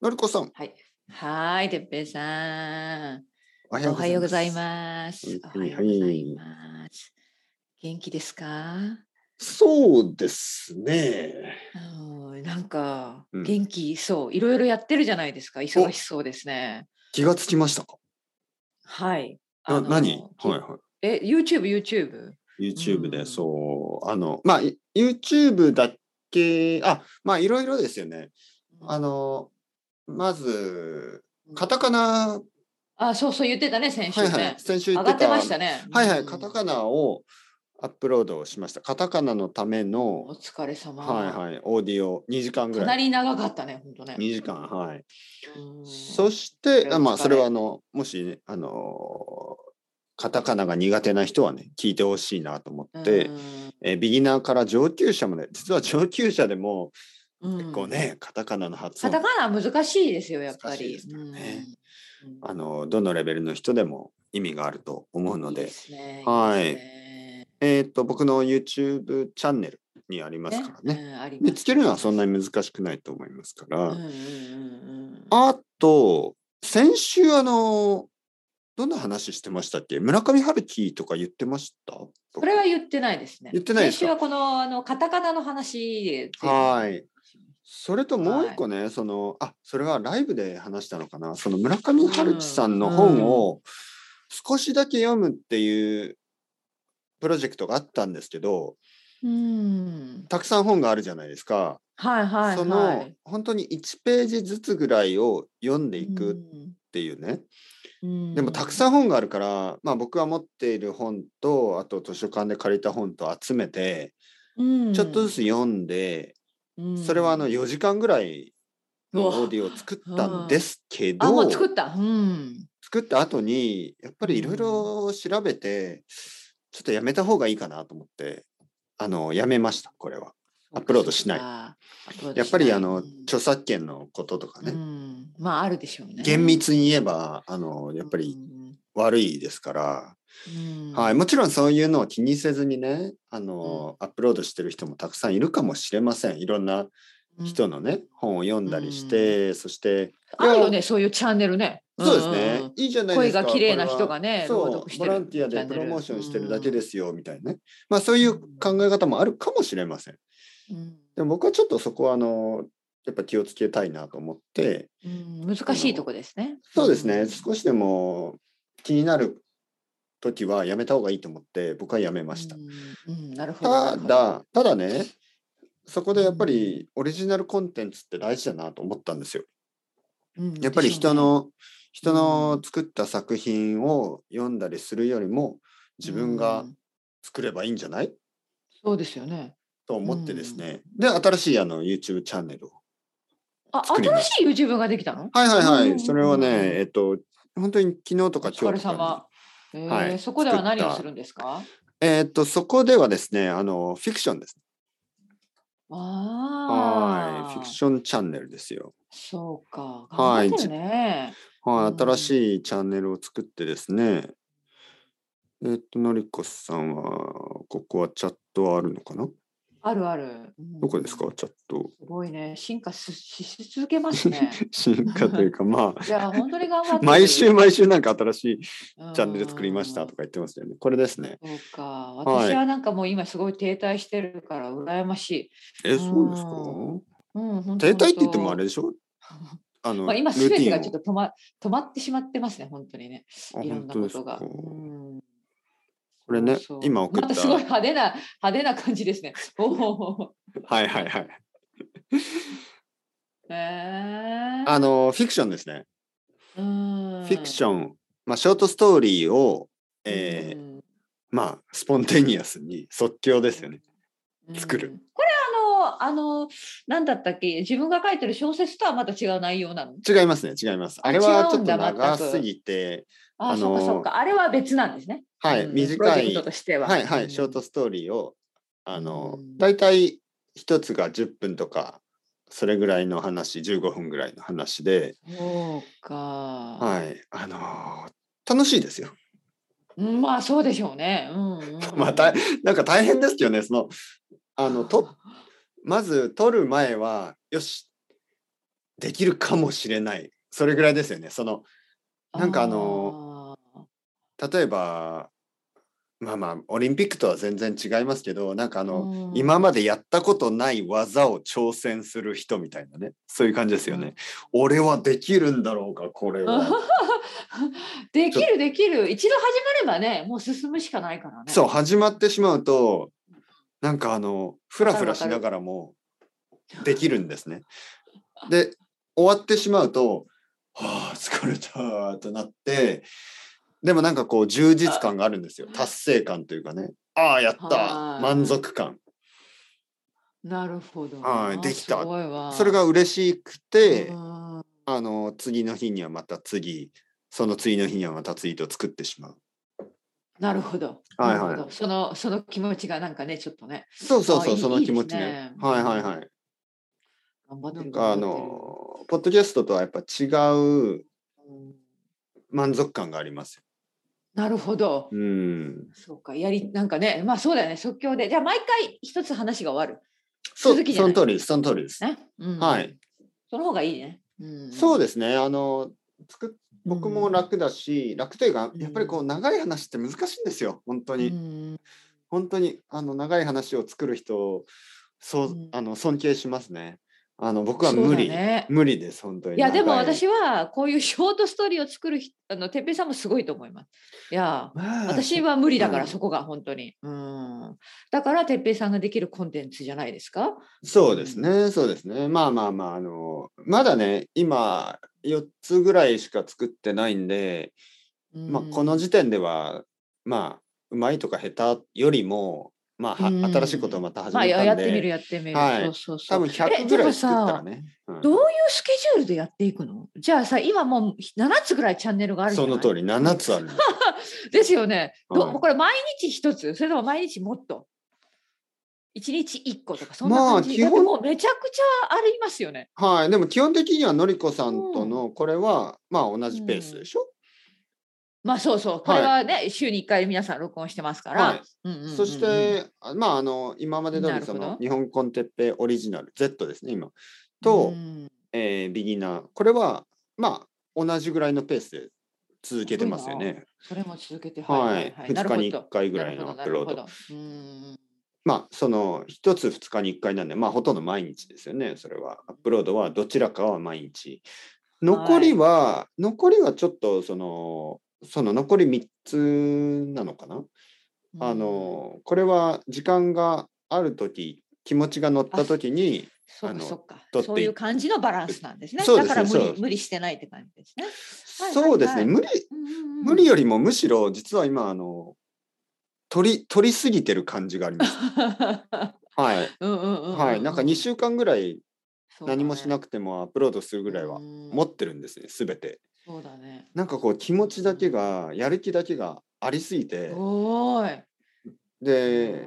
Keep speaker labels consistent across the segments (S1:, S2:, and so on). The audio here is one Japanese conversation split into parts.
S1: のりこさん、
S2: はい。はーい、てっぺいさん。
S1: お
S2: おはようござい
S1: す。
S2: ます。
S1: は
S2: おはいようございます。元気ですか。
S1: そうですね。
S2: うんなんか
S1: うん
S2: 元気そう、いろいろやってるじゃないですか。忙しそうですね。
S1: 気がつきましたか。
S2: はい。
S1: な、
S2: あの
S1: 何。
S2: き
S1: はいは
S2: え、YouTube、YouTube。
S1: い。YouTube で、
S2: うん
S1: そう、あの、まあ、い YouTube だけ、あ、まあ、いろいろですよね。あの、まず、カタカナ、
S2: あ、そうそう言ってたね、先週
S1: は
S2: ね。
S1: いはい、先週言
S2: 上
S1: って
S2: がって
S1: た。
S2: ましたね。
S1: はいは
S2: う
S1: い、
S2: ん
S1: カタカナをアップロードしました。カタカナのため
S2: お
S1: の、
S2: 疲れ様。
S1: はいはい、オーディオ2時間ぐ。
S2: からないり長かったね、本当ね。
S1: 2時間、はい。
S2: うん
S1: そし
S2: そ
S1: て
S2: れ、は
S1: あまあ、
S2: 疲れ
S1: それはあの、もしね、あのーカタカナが苦手な人はね、聞いてほしいなと思って、えービギナーから上級者まで、実は上級者でも、
S2: うん
S1: 結構ね、カタカナの発
S2: カ
S1: 音、
S2: タカナは難しいですよ、やっぱ
S1: 難しい
S2: り
S1: ですから。ね
S2: うんうん
S1: あのどのレベルの人でも意味があると思うの
S2: いい
S1: で、
S2: すね
S1: はい
S2: いですね
S1: えーっと、僕の YouTube チャンネルにありますからね。
S2: うんあります
S1: 見つけるのはそんなに難しくないと思いますから。
S2: うんうんうんうん
S1: あと、先週、あの、どんな話してましたっけ村上春樹とか言ってました
S2: これは言ってないですね。
S1: 言ってないですか
S2: 先週はこのあのカタカナの話で。
S1: はい。それともう一個ね、その、あ、それはライブで話したのかな。その村上春樹さんの本を少しだけ読むっていうプロジェクトがあったんですけど、
S2: うん。
S1: たくさん本があるじゃないですか。
S2: はいはいはい。
S1: その、本当に1ページずつぐらいを読んでいくっていうね。
S2: うん。
S1: でもたくさん本があるから、まあ、僕が持っている本とあと図書館で借りた本と集めて
S2: うん
S1: ちょっとずつ読んで、
S2: うん
S1: それはあの4時間ぐらいの
S2: うわ
S1: オーディオを作ったんですけど、
S2: あ、もう作った。うん。
S1: 作った後にやっぱりいろいろ調べてちょっとやめた方がいいかなと思ってあのやめましたこれは。アップロードしない
S2: い
S1: やっぱりあの
S2: ょっ
S1: 著作権のこととか
S2: とね。う
S1: ね、
S2: んまああるでしょうね。
S1: 厳密に言えばあのやっぱり
S2: うん
S1: 悪いですから。
S2: うん。
S1: はい、もちろんそういうのを気にせずにねあの、アップロードしてる人もたくさんいるかもしれませんいろんな
S2: うん
S1: 人のね、本を読んだりして、そして
S2: あるよね、そういうチャンネルね。
S1: そうですね、
S2: んうん
S1: いいじゃないで
S2: 声
S1: すか
S2: が綺麗な人がね、
S1: これはそ
S2: 朗
S1: う
S2: 読して
S1: ボ
S2: る。。
S1: ランティアでプロモーションしてるだけですすよ、みたいなねまあそういう考え方もあるかもしれません
S2: うん
S1: でも僕はちょっとそこはあのやっぱ気をつけたいなと思って
S2: うん難しいとこですね。
S1: そうですね、少しでも気になる時はやめた方がいいと思って僕はやめました
S2: う。ん。うんなるほど。な
S1: た
S2: るほど、
S1: だ、ただね、そこでやっぱりオリジナルコンテンツって大事だなと思ったんですよ。
S2: うん
S1: やっぱり人。
S2: でしょ
S1: の、人の作った作品を読んだりするよりも、自分
S2: う
S1: が
S2: ん
S1: 作ればいいんじゃない
S2: そうですよね。
S1: と思ってですね。で、新しいあの YouTube チャンネルを。
S2: あ、
S1: 作りま
S2: 新
S1: し
S2: しい YouTube ができたの
S1: はいはいは
S2: うん
S1: い。それはね、
S2: うん
S1: えっと、本当に昨日と
S2: お
S1: か
S2: 疲
S1: 今
S2: れ
S1: 日と
S2: 様
S1: か。。
S2: えー
S1: はい
S2: そこでは何
S1: 作っ
S2: を
S1: た
S2: するんですか
S1: に。えっと、そこではですね、あの、フィクションです。
S2: あ
S1: は
S2: あ。
S1: い。フィクションチャンネルですよ。
S2: そうか。
S1: は
S2: 頑張
S1: い
S2: ってるね。
S1: は
S2: う
S1: い、
S2: ん
S1: 新しいチャンネルを作ってですね。えっと、のりこさんは、ここはチャットはあるのかな
S2: あるある。うん
S1: どこですかチャット。
S2: すごいね。進化すし続けま すね。
S1: 進化という か、ま
S2: いや、本当に頑張っ
S1: あ、
S2: てる。
S1: 毎週毎週なんか新しいチ
S2: うん
S1: ャンネル作りましたとか言ってますよね。これですね。
S2: そうか。
S1: い
S2: 私はなんかもう今すごい停滞してるから羨ましい。
S1: え、
S2: ん
S1: そうです
S2: うん、本当
S1: か停滞って言ってもあれ。でしょ
S2: 本当
S1: あの、
S2: まあ、今
S1: ルー
S2: すべ
S1: ティ
S2: て
S1: ン
S2: がちょっ
S1: を
S2: と止ま止まってしまってますね、本当にね。
S1: あ
S2: いろ
S1: 本
S2: んな
S1: 当
S2: こ
S1: です
S2: と
S1: か
S2: が。
S1: こ
S2: うん
S1: れね
S2: そうそう、
S1: 今送
S2: ま
S1: ったた。
S2: すごい派手な 派手な感じですね。おお。
S1: はいはいはい。
S2: へえ
S1: あの、フィクションですね。
S2: うん
S1: フィクション、まあ、ショートストーリーを、えー
S2: うん
S1: まあ、スポンテニアスに即興ですよね。作る
S2: うんこれあのあの何だったっけ自分が書いてる小説とはまた違う内容なの
S1: 違いますね、違います。あれはちょっと長すぎて、
S2: あ
S1: あ
S2: そ
S1: の
S2: うかそうかあれは別なんですね。
S1: はい、
S2: うんプロ
S1: 短
S2: ジェクト
S1: い、
S2: としては。
S1: はいは
S2: うん
S1: い、ショートストーリーを、あの
S2: う、ん
S1: 大体一つが10分とか、それぐらいの話、15分ぐらいの話で、
S2: そうか。
S1: はい、あのー楽しいですよ。
S2: うんまあそうでしょうね。うんうんうん
S1: また、なんか大変ですよね、その、あの、と、
S2: あ
S1: まず撮る前は、よし、できるかもしれないそれぐらいですよねそのなんかあの例えばまあまあオリンピックとは全然違いますけどなんかあ
S2: あ
S1: の、
S2: の
S1: 今までやったことない技を挑戦する人みたいなねそういう感じですよね、俺はできるんだろうかこれは
S2: できるできる一度始まればねもう進むしかないからね
S1: そう始まってしまうとなんかあのフラフラしながらもできるんですね。で終わってしまうと「はあ疲れた」となってでもなんかこう充実感があるんですよ達成感というかね「ああやった
S2: はい
S1: 満足感
S2: なるほど
S1: はいできた
S2: すごいわ」
S1: それが嬉しくて
S2: うん
S1: あの次の日にはまた次その次の日にはまたツイートを作ってしまう。
S2: なるほど
S1: はい
S2: なる
S1: はい
S2: ほどそのその気持ちがなんかねちょっとね
S1: そうそうそ
S2: あ
S1: う
S2: いい
S1: その気持ち
S2: いいです
S1: ね
S2: ね。
S1: はいはいはい。
S2: 頑張って
S1: な
S2: る
S1: んかあ
S2: 頑張
S1: のポッドキャストとはやっぱ違う
S2: ってるうん
S1: 満足感がありますよ。
S2: なるほど
S1: うん。
S2: そうかやりなんかねまあそうだよね即興でじゃあ毎回一つ話が終わ
S1: そう
S2: 続きじゃ
S1: そ
S2: ない
S1: の通りです。その通りです。
S2: るね、うん
S1: はい
S2: その方がいいね、うん、
S1: そう
S2: で
S1: ですね。あの作っ僕も楽だし、楽というか
S2: うん
S1: やっぱりこう長い話って難しいんですよ。本当に、
S2: うん
S1: 本当にあの長い話を作る人をそう、
S2: うん
S1: あの尊敬しますね。あの僕は無
S2: そう
S1: 理、
S2: だね
S1: 無理です本当に。
S2: いやでも
S1: 長
S2: 私はこういうショートストーリーを作る人あのてっぺいさんもすごいと思います。いや
S1: まあ
S2: 私は無理だ
S1: う
S2: か
S1: ん
S2: らそこが本当に。うんだからてっぺいさんができるコンテンツじゃないですか。
S1: そうですね、そうですね。まあまあまあ、あの、まだね、今、4つぐらいしか作ってないんで、まあ、この
S2: 時
S1: 時点では、まあ、うまいとか下手よりも、まあ、は
S2: うん
S1: 新しいことをまた始
S2: まあ
S1: め
S2: やや
S1: たん
S2: ってみる
S1: で、
S2: やってみる。
S1: はい
S2: そうそうそ
S1: 多
S2: う。
S1: 分
S2: え
S1: 100ぐ
S2: で
S1: ら
S2: も
S1: い作ったら
S2: さ、
S1: ね。うん
S2: どういうスケジュールでやっていくのじゃあさ今もう7つぐらいチャンネルがあるじゃ
S1: そ
S2: ない
S1: の通り、7つあるんです。
S2: ですよね。ど
S1: はい
S2: これ毎日一つそれとも毎日もっと一日一個とかそんな
S1: まあ
S2: 感じ、
S1: 基
S2: だ
S1: 本
S2: ってもうめちゃくちゃありますよね。
S1: はい、でも基本的にはのりこさんとの、これは、まあ、同じペースでしょ、
S2: まあそうそう、これはね、週に1回皆さん録音してますから。
S1: はい
S2: うんうんうんうん
S1: そし、て、あまあ、あの、今まで通りそ
S2: なる
S1: の
S2: ほ、ど
S1: 日本コンテッペイオリジナル、Z ですね、今。と、
S2: うん
S1: えービギナーこれはまあ同じぐらいのペースで続けてますよね。
S2: それも続けて、
S1: はい、2
S2: なるほ
S1: 日
S2: ど
S1: に1回ぐらいのアップロー。ド
S2: なる。ほどなるほどうん
S1: まあその1つ2日に1回なんでまあほとんど毎日ですよねそれは。アップロードはどちらかは毎日。残りは、残りはちょっとそのその残り3つなのかな、
S2: うん
S1: あのこれは時間がある時気持ちが乗った時に
S2: そ
S1: あ
S2: うか
S1: の
S2: そうか
S1: 撮ってい
S2: そういう感じのバランスなんですね。
S1: そうですね
S2: だから無
S1: そう
S2: 理無理してないって感じですね。はい
S1: そうですね、
S2: はい
S1: 無理
S2: うん
S1: 無理よりもむしろ実は今あの取り取りすぎてる感じがあり ます。はい、
S2: うんうんうん、
S1: はい、なんか2週間ぐらい何もしな
S2: く
S1: くてもアップロードするぐらいは持
S2: も
S1: ってるんですね全て。
S2: そうだね。
S1: なんかこう気持ちだけがやる気だけがありすぎて
S2: おーい。
S1: で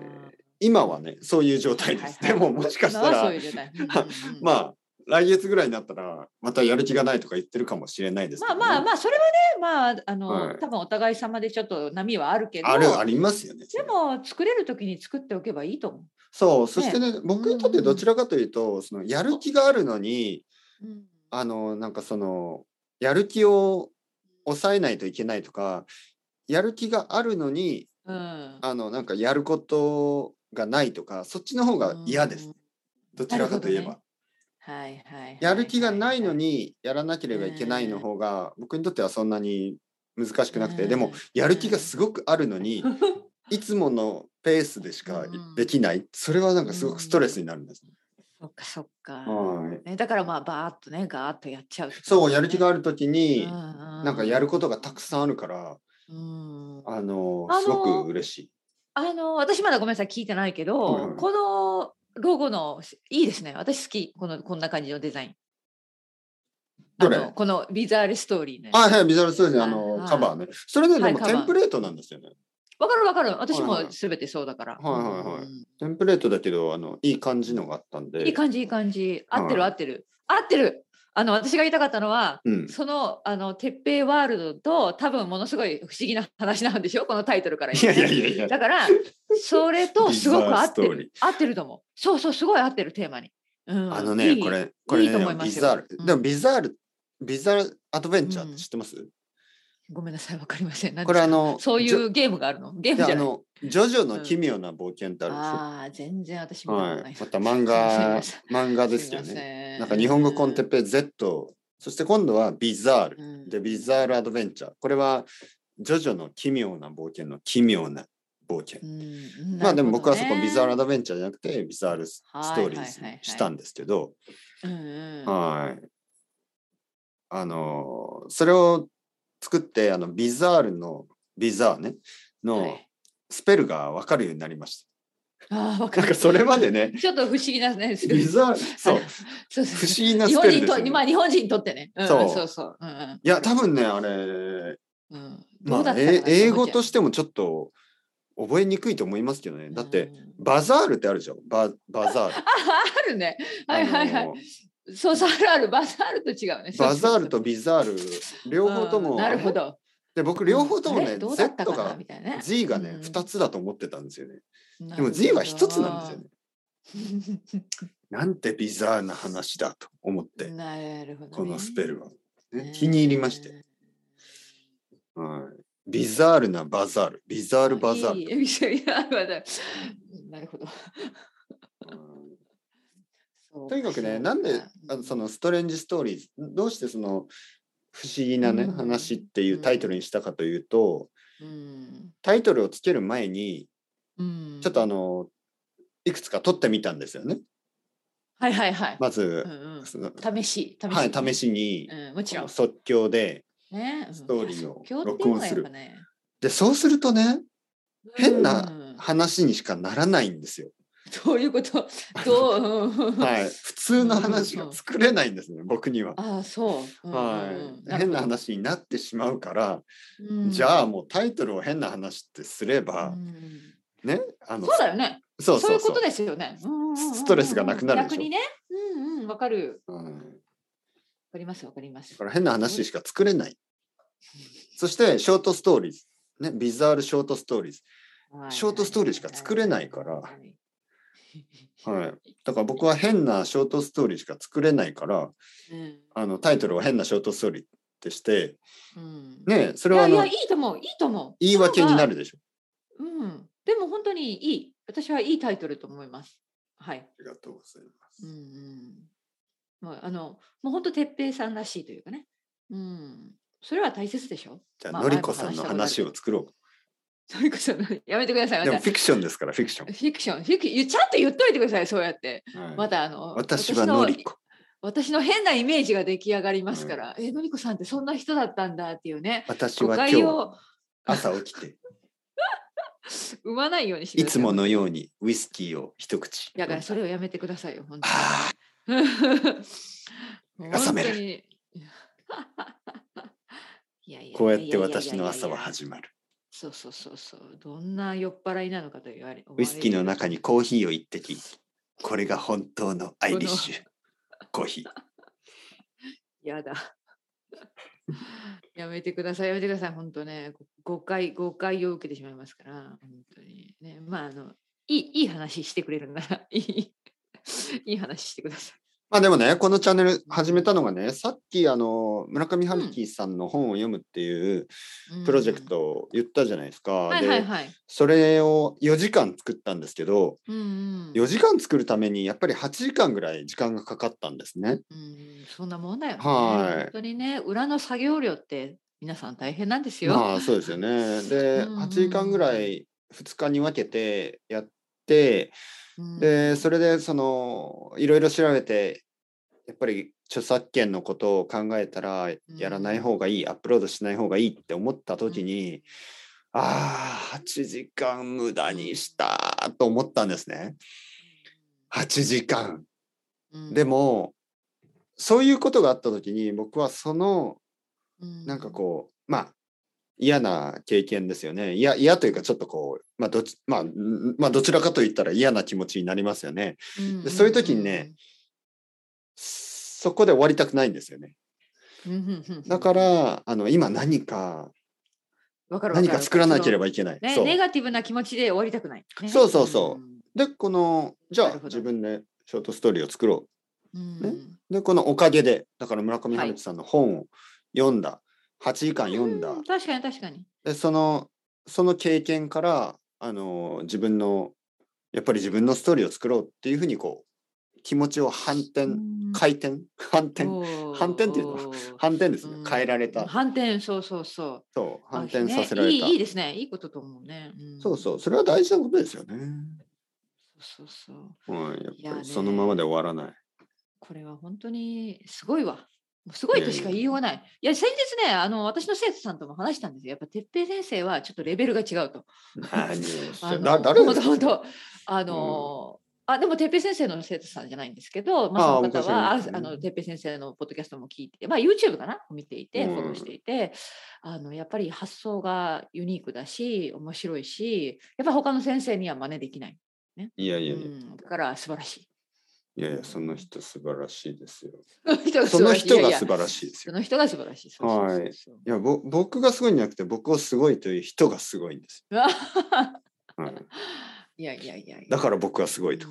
S1: 今はねそういう状態です。
S2: は
S1: で
S2: いは
S1: も
S2: い
S1: もしかした
S2: まあそ
S1: ら
S2: ういう状態
S1: まあ来月ぐらいになったらまたやる気がないとか言ってるかもしれないですけ
S2: まあ
S1: どね、
S2: まあまあそれはねまああの、
S1: はい
S2: 多分お互い様でちょっと波はあるけど
S1: あるありますよね。
S2: でも作れる時に作っておけばいいと思
S1: そうそしてね僕にとってどちらかというとそのやる気があるのに
S2: う。
S1: あのなんかそのやる気を抑えないといけないとかやる気があるのに
S2: うん、
S1: あのなんかやることがないとかそっちの方が嫌です、
S2: うん
S1: どちらかといえば、
S2: なるほどねはいはいはい
S1: やる気がないの
S2: は
S1: にやらなければいけないの方が僕にとってはそんなに難しくなくて、
S2: うん
S1: で もやる気がすごくあるのに、
S2: いはい
S1: いつものペースでしか
S2: うん
S1: できないそれはなんかすごくストレスになるんです、ね
S2: そっかそっか、
S1: はい
S2: ね、だからまあバーッとねガーッとやっちゃう、
S1: そうやる気があ
S2: る
S1: る時に、
S2: な
S1: なんかやることがたくさんあるから
S2: うん
S1: あの
S2: あの
S1: すごく嬉しい。
S2: あの私まだごめんなさい聞いてないけど、
S1: はいはい
S2: このロゴのいいですね私好きこのこんな感じのデザインあ
S1: ど
S2: の
S1: れ
S2: このビザールストーリーねわ
S1: あ、はい、ビジュアルストーリーのあ
S2: は
S1: の
S2: い
S1: カバーね。それね、
S2: は
S1: で
S2: い
S1: も
S2: カバ
S1: テ
S2: ー
S1: ンプレートなんですよね。
S2: かるわかる私
S1: はい
S2: も
S1: はい
S2: 全てそうだから、
S1: はいはいはい
S2: うん
S1: テンプレートだけど、あのいい感じのがあったんで。
S2: いい感じいい感じ合ってる
S1: は
S2: 合
S1: い
S2: ってる、合ってるあの私が言いたかったのは
S1: うん、
S2: そのあの鉄平ワールドと多分ものすごい不思議な話なんでしょこのタイトルから
S1: いや
S2: 言う
S1: い
S2: とね
S1: やいやいや。
S2: だからそれとすごく
S1: ビザ
S2: 合って
S1: ーストーリー
S2: る合ってると思うそうそうすごい合ってるテーマに、うん
S1: あのね、
S2: いい
S1: これ、これね、
S2: いいと思いま
S1: ビ
S2: すよ
S1: ザール。
S2: うん
S1: でもビザール、ビザールアドベンチャーって知ってます、
S2: ごめんなさい、わかりません。何ですか
S1: これあの、
S2: そうい
S1: ジョ
S2: うゲームがあるの。ゲー
S1: い
S2: ム
S1: や
S2: じ
S1: あ
S2: ゃない。
S1: の、ジョジョの奇妙な冒険ってあるでしょ、
S2: ああ、全然私見たこと
S1: は
S2: ないい。。
S1: また漫
S2: ま
S1: 画
S2: せ、
S1: 漫画です
S2: すい
S1: よ
S2: ま
S1: ね。
S2: せん。
S1: なんか日本語コンテッペイ Z、そして今度はビザール。
S2: うん
S1: で、ビザールアドベンチャー。これは、ジョジョの奇妙な冒険の奇妙な冒険
S2: う。ん
S1: まあでも僕はそこビザールア
S2: だ。
S1: ドベンチャーじゃなくて、ビザールス
S2: はい
S1: ストーリーズ
S2: はいはい
S1: に
S2: はい
S1: したんですけど、
S2: うんうん
S1: はい。あのー、それを作って、あの、ビザールの、ビザーね、
S2: は
S1: の
S2: い
S1: スペルがわかるようになりまし
S2: ああ、わ
S1: た。
S2: か
S1: なん
S2: る
S1: か。それまで ね、
S2: ちょっと不思議なね。
S1: ビザール、そう、
S2: そ
S1: 不
S2: うそう
S1: 思
S2: そう
S1: 議な
S2: 日
S1: ス
S2: 本
S1: ペルで
S2: 人
S1: すよ
S2: と、
S1: ね、
S2: まあ日本人にとってね。うん
S1: そう
S2: そうそう。うんうん
S1: いや、多分ね、あれ、
S2: うん。ど
S1: ま
S2: うだっ
S1: あ、
S2: たかな
S1: え英語と
S2: し
S1: してもちょっと覚えにくいと思いますけどね。だって、、
S2: うん
S1: バザールってあるじゃん。ババザール。
S2: ああるね。 はいはい
S1: あ
S2: は
S1: の
S2: い。そうそうあるある。バザールと違うね。
S1: バザールと
S2: そう
S1: ビザール、両方と
S2: うん
S1: も、
S2: なるほ
S1: あれ
S2: ど。
S1: で、僕、両方とも
S2: あ
S1: ね、
S2: れどうだった
S1: Z
S2: かな
S1: が
S2: みたいなね。
S1: Z がね
S2: う、ん
S1: 2つだと思ってたんですよね。で
S2: で
S1: も Z は1つなんですよね。
S2: すよね。
S1: なんてビザーな話だと思って、
S2: なるほど、ね。
S1: このスペルは。ね
S2: ね
S1: 気に入りまして。。はいビザールなバザール。ビザールバザール
S2: い。いいいやまだ なるほど。
S1: うん
S2: そう
S1: とにかくね、なんであのそのストレンジストーリーズ、どうしてその不思議なね、
S2: うん
S1: 話っていうタイトルにしたかというと、
S2: うん
S1: タイトルをつける前に、
S2: うん、
S1: ちょっとあの、いくつか撮ってみたんですよね。
S2: はいはいはい。
S1: まず
S2: う、ん
S1: その
S2: うん、試し試し、
S1: はい、試しに、
S2: うん、もち
S1: こ
S2: ろ
S1: の
S2: ん。
S1: 即興で、
S2: ね、
S1: ストーリーを
S2: うん即興っていうのがやっぱね
S1: で、そうするとね、変な
S2: うん
S1: 話にしかならないんですよ。
S2: どういうこと どう、うん
S1: はい、普通の話が作れないんですね、僕には。
S2: ああそう、うん
S1: は
S2: うん
S1: い、変な話になってしまうから、じゃあもうタイトルを変な話ってすれ
S2: あ
S1: ば、
S2: うん、
S1: ね、あの
S2: そうだよね
S1: そ
S2: そういうことですよねうんうんうんうん
S1: ストレスがなくなるでしょ
S2: 逆にねうんうんわかる
S1: うん
S2: わかりますわかります
S1: だから変な話しか作れない。そしてショートストーリーズ、ね、ビザールショートストーリーズ、ショートストーリーしか作れないから
S2: はい
S1: はい、だから僕は変なショートストーリーしか作れないから
S2: うん
S1: あのタイトルを変なショートストーリーってして、
S2: うん
S1: ね、そ
S2: い
S1: れは
S2: や
S1: あ
S2: いや
S1: の
S2: いいと思ういいと思う
S1: 言い訳にな
S2: る
S1: るでしょ。
S2: うんでも本当にいい私はいいタイトルと思いますはい
S1: ありがとうございます
S2: うんうんもうあのもう本当哲平さんらしいというかねうんそれは大切でしょ
S1: じゃ
S2: ま
S1: あ、
S2: あ
S1: のりこさんの話を作ろ
S2: そういうことなのやめてくださ
S1: う。
S2: い
S1: で
S2: ま
S1: も
S2: た
S1: フィクションですから、フィクショ
S2: フィクションフィクションちゃんと言っといてくださいそうやって
S1: ン。はい
S2: またあの
S1: 私はのりこ。
S2: 私の変なイメージが出来上がりますから、えのりこさんってそんな人だったんだっていうね
S1: 私
S2: 誤
S1: は
S2: 解
S1: 今日
S2: を
S1: 朝起 きて、
S2: 生まないようにして
S1: い
S2: くだ
S1: つ
S2: さい
S1: ものようにウイスキーを一口。
S2: だからそれをやめてくださいよ本
S1: あ
S2: 当に 本
S1: 朝 める
S2: 当にいやいやいやいやいやいやい
S1: ー
S2: や
S1: こうやって私の朝は始まる。
S2: そうそうそうそうどんな酔っ払いなのかと言われ
S1: ウイスキーの中にコーヒーを一滴。これが本当のアイリッシュ。コーヒー。
S2: やだ。 やめてください、やめてください、本当ね、ご誤解、誤解を受けてしまいますから、本当に。ね、まあ、あの、いい、いい話してくれるなら、 いい、いい話してください。
S1: まあでもね、このチャンネル始めたのがね、さっきあの、村上春樹さんの本を読むっていう
S2: うん
S1: プロジェク。トを言ったじゃないですか。
S2: はいはい
S1: で、
S2: はい。
S1: それを4時間作ったんですけど、
S2: うん、うん。
S1: 4時間作るためにやっぱり8時間ぐらい時間がかかったんですね。
S2: うん、そんなもんだよ、ね。
S1: はい
S2: 本当にね、裏の作業量って、皆さん大変なんですよ。
S1: まあそうですよね。で、
S2: うんうん
S1: 8時間ぐらい2日に分けてやって、
S2: うん
S1: で、それでそのいろいろ調べて、やっぱり著作権のことを考えたらやらない方がいい、アップロードしない方がいいって思った時に、ああ、8時間無駄にしたと思ったんですね。8時間。
S2: うん
S1: で、も、そういうことがあった時に僕はそのなんかこう、まあ、嫌な経験ですよね。いや、嫌というか、ちょっとこう、まあ、どち、まあ、んまあ、どちらかと言ったら嫌な気持ちになりますよね。
S2: うん、ん
S1: でそういう時にね、そこで終わりたくないんですよね。
S2: うんうんうんうん
S1: だから、あの、今何か、
S2: わかるわる
S1: 何か作らなけれ
S2: ば。
S1: ばいけない。
S2: ね、
S1: そう。
S2: ネガティブな気持ちで終わりたくない。ね
S1: そうそうそう
S2: うん
S1: で、この、じゃ
S2: な
S1: あ
S2: るほど
S1: 自分でショートストーリーを作ろ
S2: うん
S1: ねでこのおかげでだから村上春樹さんの本を読んだ、8時間読んだ、
S2: うん確かに確かに。
S1: でそのその経験からあの自分のやっぱり自分のストーリーを作ろうっていうふうにこう気持ちを反転、回転反転反
S2: 反
S1: 転っていうのは反転ですね、
S2: うん
S1: 変えられた
S2: 反転、そうそうそう。
S1: そう反
S2: あ
S1: 転
S2: ね
S1: させられた、
S2: いい。いいですね。いいことと思うね。ん
S1: そうそうそれは大事なことですよね、
S2: そうそうそう。
S1: うん、やっ
S2: いや
S1: ぱ
S2: ね
S1: りそのままで終わら ない
S2: これは本当にすごいわ。もうすごいとしか言いようがない。いや先日ね、あの私の生徒さんとも話したんですよ。やっぱ哲平先生はちょっとレベルが違うと。
S1: 何をして
S2: あの
S1: だ誰
S2: 本
S1: で
S2: 当
S1: す
S2: 本当あの、あでも哲平先生の生徒さんじゃないんですけど、まあ、
S1: あ
S2: その方はあ
S1: 昔の
S2: あの哲平先生のポッドキャストも聞いて、まあ、YouTube かな見ていて
S1: う
S2: フ
S1: ん
S2: ォローしていて、あのやっぱり発想がユニークだし面白いしやっぱ他の先生には真似できない、
S1: いやいや
S2: う
S1: いやい
S2: ん、だから素晴らしい。
S1: やいやその人素晴らしいですよ
S2: そ
S1: その人が素
S2: らしい
S1: 晴らしい
S2: いやいや
S1: です
S2: そ
S1: よ
S2: の人が素晴らしい。そうそうそうそう
S1: いやぼ僕がすごいんじゃなくて僕をすごいという人がすごいんです
S2: うわ
S1: よ、はい、
S2: いやいやいやいや。
S1: だからら僕はすごいと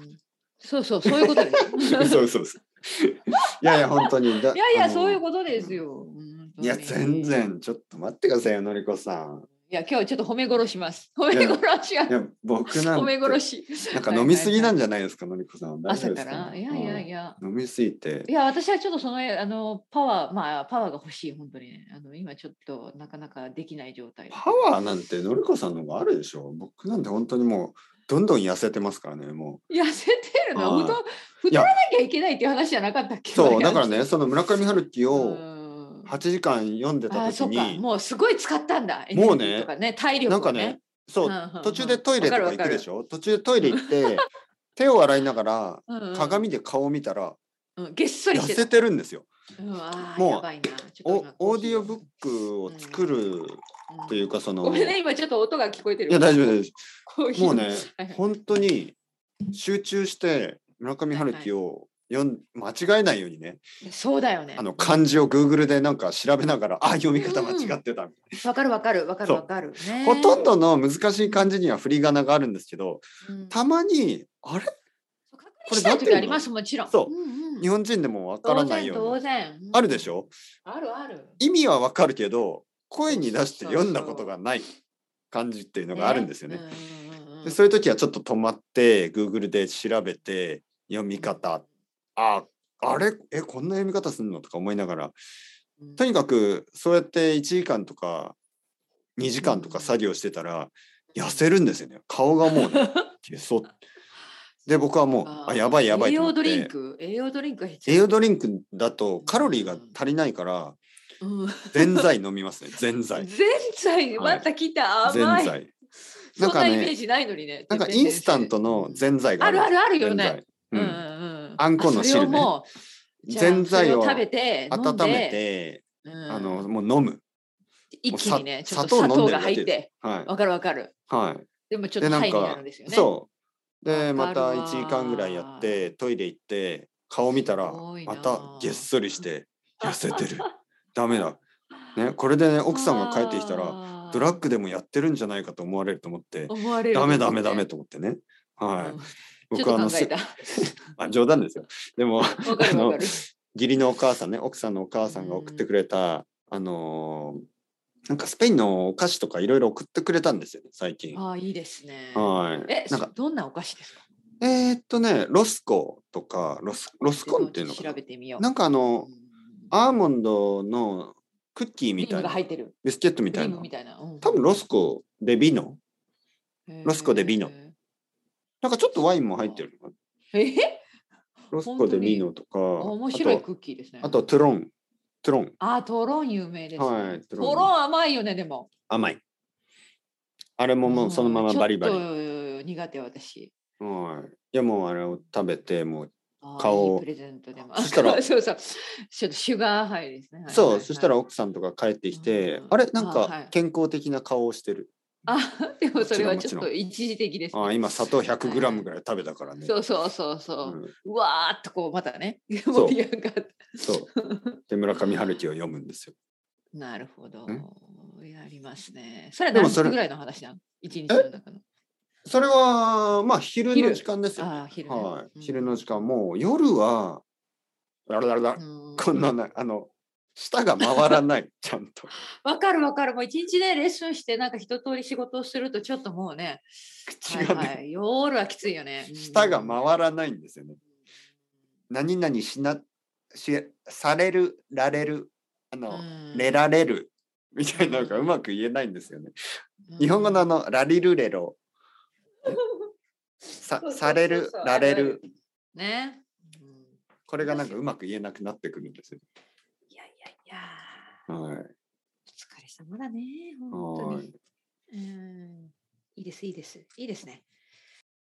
S2: そうそう、そういうことです
S1: そう
S2: よ。
S1: そうそういやいや本当にだ
S2: いやい
S1: あ
S2: や、
S1: の
S2: そういうことですよ。本当
S1: い
S2: に
S1: や全。然ちょっと待ってくださいよのりこさん
S2: いや、今日ちょっと褒め殺します。褒め殺しが
S1: い。や僕なん
S2: 褒め殺
S1: て
S2: し。
S1: なんか飲みすぎなんじゃないですかのりこさんは大丈
S2: 朝
S1: 夫で
S2: か。
S1: すから
S2: いやいやいや。
S1: 飲みすぎて
S2: いや、私はちょっとその、あの、パワー、まあ、パワーが欲しい、本当にね。あの、今ちょっと、なかなかできない状態。
S1: パワーなんてのりこさんの方があるでしょ僕なんて本当にもうどんどん痩せてますからねも
S2: 痩せてるの
S1: はい
S2: 太
S1: いや
S2: 太らなきゃいけないっていう話じゃなかったっ
S1: う
S2: け
S1: そうだからねその村上春樹
S2: う
S1: を
S2: ん
S1: 8時間読んでた
S2: あ
S1: 時
S2: そうか
S1: に
S2: もうすごい使ったんだエネ
S1: もうね
S2: ルギーとかね体力
S1: なん
S2: を
S1: か
S2: ね
S1: ねそう
S2: うんうんうん
S1: 途中でトイレとか行くでしょ途中でトイレ行って手を洗いながら
S2: うんうん
S1: 鏡で顔を見たら
S2: うんげっそり
S1: 痩
S2: して
S1: せ
S2: た
S1: てるんですよ。
S2: うんあー
S1: もう
S2: やばいなちょっ
S1: お
S2: と今
S1: オーディオブックを作るというかそ
S2: うん
S1: の
S2: ごめんね
S1: い
S2: 今ちょっと音が聞こえてる
S1: や大丈夫
S2: す
S1: です。
S2: コーヒー
S1: もうね
S2: はいはい
S1: 本当に集中して村上春樹を読ん間違えないようにね
S2: そうだよね
S1: あの漢字を Google でなんか調べながらあ読み方間違ってたみたい
S2: わかるわかるわかる
S1: そう
S2: わかるね
S1: なほとんどの難しい漢字には振り仮名があるんですけど
S2: うん
S1: たまにあれ
S2: 確認したい時ありますもちろん
S1: そう
S2: うんうん
S1: 日本人でもわからないよう
S2: 当
S1: な
S2: 然当然
S1: あるで
S2: ょ
S1: しょ
S2: あるある
S1: 意味はわかるけど声に出して読んだことがない漢字っていうのがあるんですよね。
S2: うんうんうんうん
S1: でそういう時はちょっと止まって Google で調べて読み方ああれえこんな読み方すんのとか思いながら
S2: うん
S1: とにかくそうやって1時間とか2時間と
S2: う
S1: か
S2: ん
S1: 作業してたら痩せるんですよね顔がもう ね消えそうで僕はもうあやばいやばい
S2: 栄
S1: と思
S2: 養
S1: っ
S2: ドリン
S1: て
S2: ク栄養ドリンクが必
S1: 栄
S2: 要
S1: 養ドリンクだとカロリーが足りないから
S2: うん
S1: ぜんざい飲みます ねぜんざ
S2: 前
S1: い
S2: 菜
S1: はい
S2: また来た
S1: ぜん
S2: 甘い、
S1: ざい
S2: そ
S1: なん
S2: んな
S1: かね
S2: イメージないのにね
S1: なんかインスタントのぜんざいが
S2: あるあるあるよ
S1: ぜんざ
S2: ね
S1: い
S2: うん
S1: う
S2: うんん
S1: あんこの汁ね
S2: それをもうじゃあ
S1: ぜんざいを
S2: それ食べて飲んで
S1: 温めて
S2: うん
S1: あのもう飲む
S2: 一気にね
S1: もう
S2: ち
S1: さ
S2: ょっと砂
S1: 砂糖飲
S2: 糖
S1: んでるだ
S2: が
S1: け
S2: 入って
S1: はい
S2: わかるわかる
S1: はい
S2: でもちょっ
S1: で
S2: と
S1: なん
S2: ハ
S1: か
S2: イになるんですよね
S1: そうで
S2: わか
S1: ま
S2: るわ
S1: た1時間ぐらいやってトイレ行って顔見たら
S2: すごいな
S1: またげっそりして痩せてる ダメだ、ね、これで、ね、奥さんが帰ってきたら
S2: ら
S1: ドラッ
S2: グ
S1: グでもやってるんじゃないかと思われると思って
S2: 思われる
S1: ダメダメダメと思ってねは
S2: う
S1: い
S2: ん
S1: 僕はあの
S2: ちょっと考え
S1: せ
S2: た
S1: あ冗談ですよでも
S2: わかるわかる
S1: 義理のお母さんね奥さんのお母さんが送ってくれたあのーなんかスペインのお菓子とかいろいろ送ってくれたんですよね最近
S2: ああいいですね
S1: はい
S2: え
S1: なんか
S2: どんなお菓子ですか
S1: えーっとね、ロスコとか、ロスロスコンっていうのか
S2: 調
S1: な
S2: べてみよう
S1: なんかあの
S2: う、ん
S1: アーモンドのクッキー
S2: クリ
S1: み
S2: ー
S1: た
S2: ム
S1: い
S2: が
S1: な
S2: 入、ってる
S1: ビスケットみ
S2: ク
S1: たい
S2: リー
S1: な
S2: ム。みたいな、うん
S1: 多分ロスコでビノ。ロスコでビノなんかちょっとワインも入ってるのか
S2: えーえ
S1: な。ロスコでビノとか、
S2: 面白い
S1: あと
S2: クッキーですね
S1: あとトゥロン。トゥロン。
S2: あトロン有名ですね、
S1: はいト
S2: トロ
S1: ロ
S2: ン
S1: ン
S2: 甘いよねでも
S1: 甘い。あれももうそのまま
S2: ん
S1: バリバリ。
S2: ち
S1: は
S2: ょっと苦手私
S1: い。いやもうあれを食べて、もう、
S2: あー
S1: 顔
S2: い
S1: を
S2: いプレゼントでも
S1: そしたら
S2: そうそうちょっとシュガーハイですね、はい
S1: そ
S2: は
S1: う、
S2: い
S1: そしたら
S2: はい
S1: 奥さんとか帰ってきて、
S2: うん
S1: あれなん
S2: あは
S1: か
S2: い
S1: 健康的な顔をしてる。
S2: あでもそれは
S1: も
S2: ち
S1: ち
S2: ょっ
S1: ろんもちろん
S2: と一時的です、ね、
S1: あ今砂糖 100g
S2: ら
S1: ぐらい食べたからね。
S2: そうそうそうそう、
S1: うん
S2: うわーっとこうまたね
S1: そう
S2: 盛り上がって
S1: そう。で、村上春樹を読むんですよ。
S2: なるほど
S1: ね。
S2: やりますね。それは
S1: でも
S2: 何
S1: そ
S2: 時
S1: れ
S2: ぐらいの話なの一日の中の。
S1: それは、まあ、昼の時間ですよ。
S2: ああ、昼ね。
S1: は
S2: う
S1: い。
S2: ん
S1: 昼の時間、もう夜は、ララララ
S2: うん
S1: こんななあの舌が回らない ちゃんと
S2: わかるわかる。もう一日ね、レッスンして、なんか一通り仕事をすると、ちょっともうね、
S1: 口がね、
S2: はいはい、夜はきつい よね。うん
S1: 舌が回らないんですよね。何々しなしされるられるあの、
S2: うん
S1: れられるみたいなのが
S2: う
S1: うんまく言えないんですよね。日本語のあ、のラリルレロさ
S2: そうそうそうそう
S1: されるられる
S2: うん ね。うん
S1: これがなんかうまく言えなくなってくるんですよ。
S2: いやいやいや、
S1: はい。
S2: お疲れ様だね。
S1: は
S2: 本当
S1: ー
S2: に。
S1: い
S2: うんいいです、いいです。いいですね。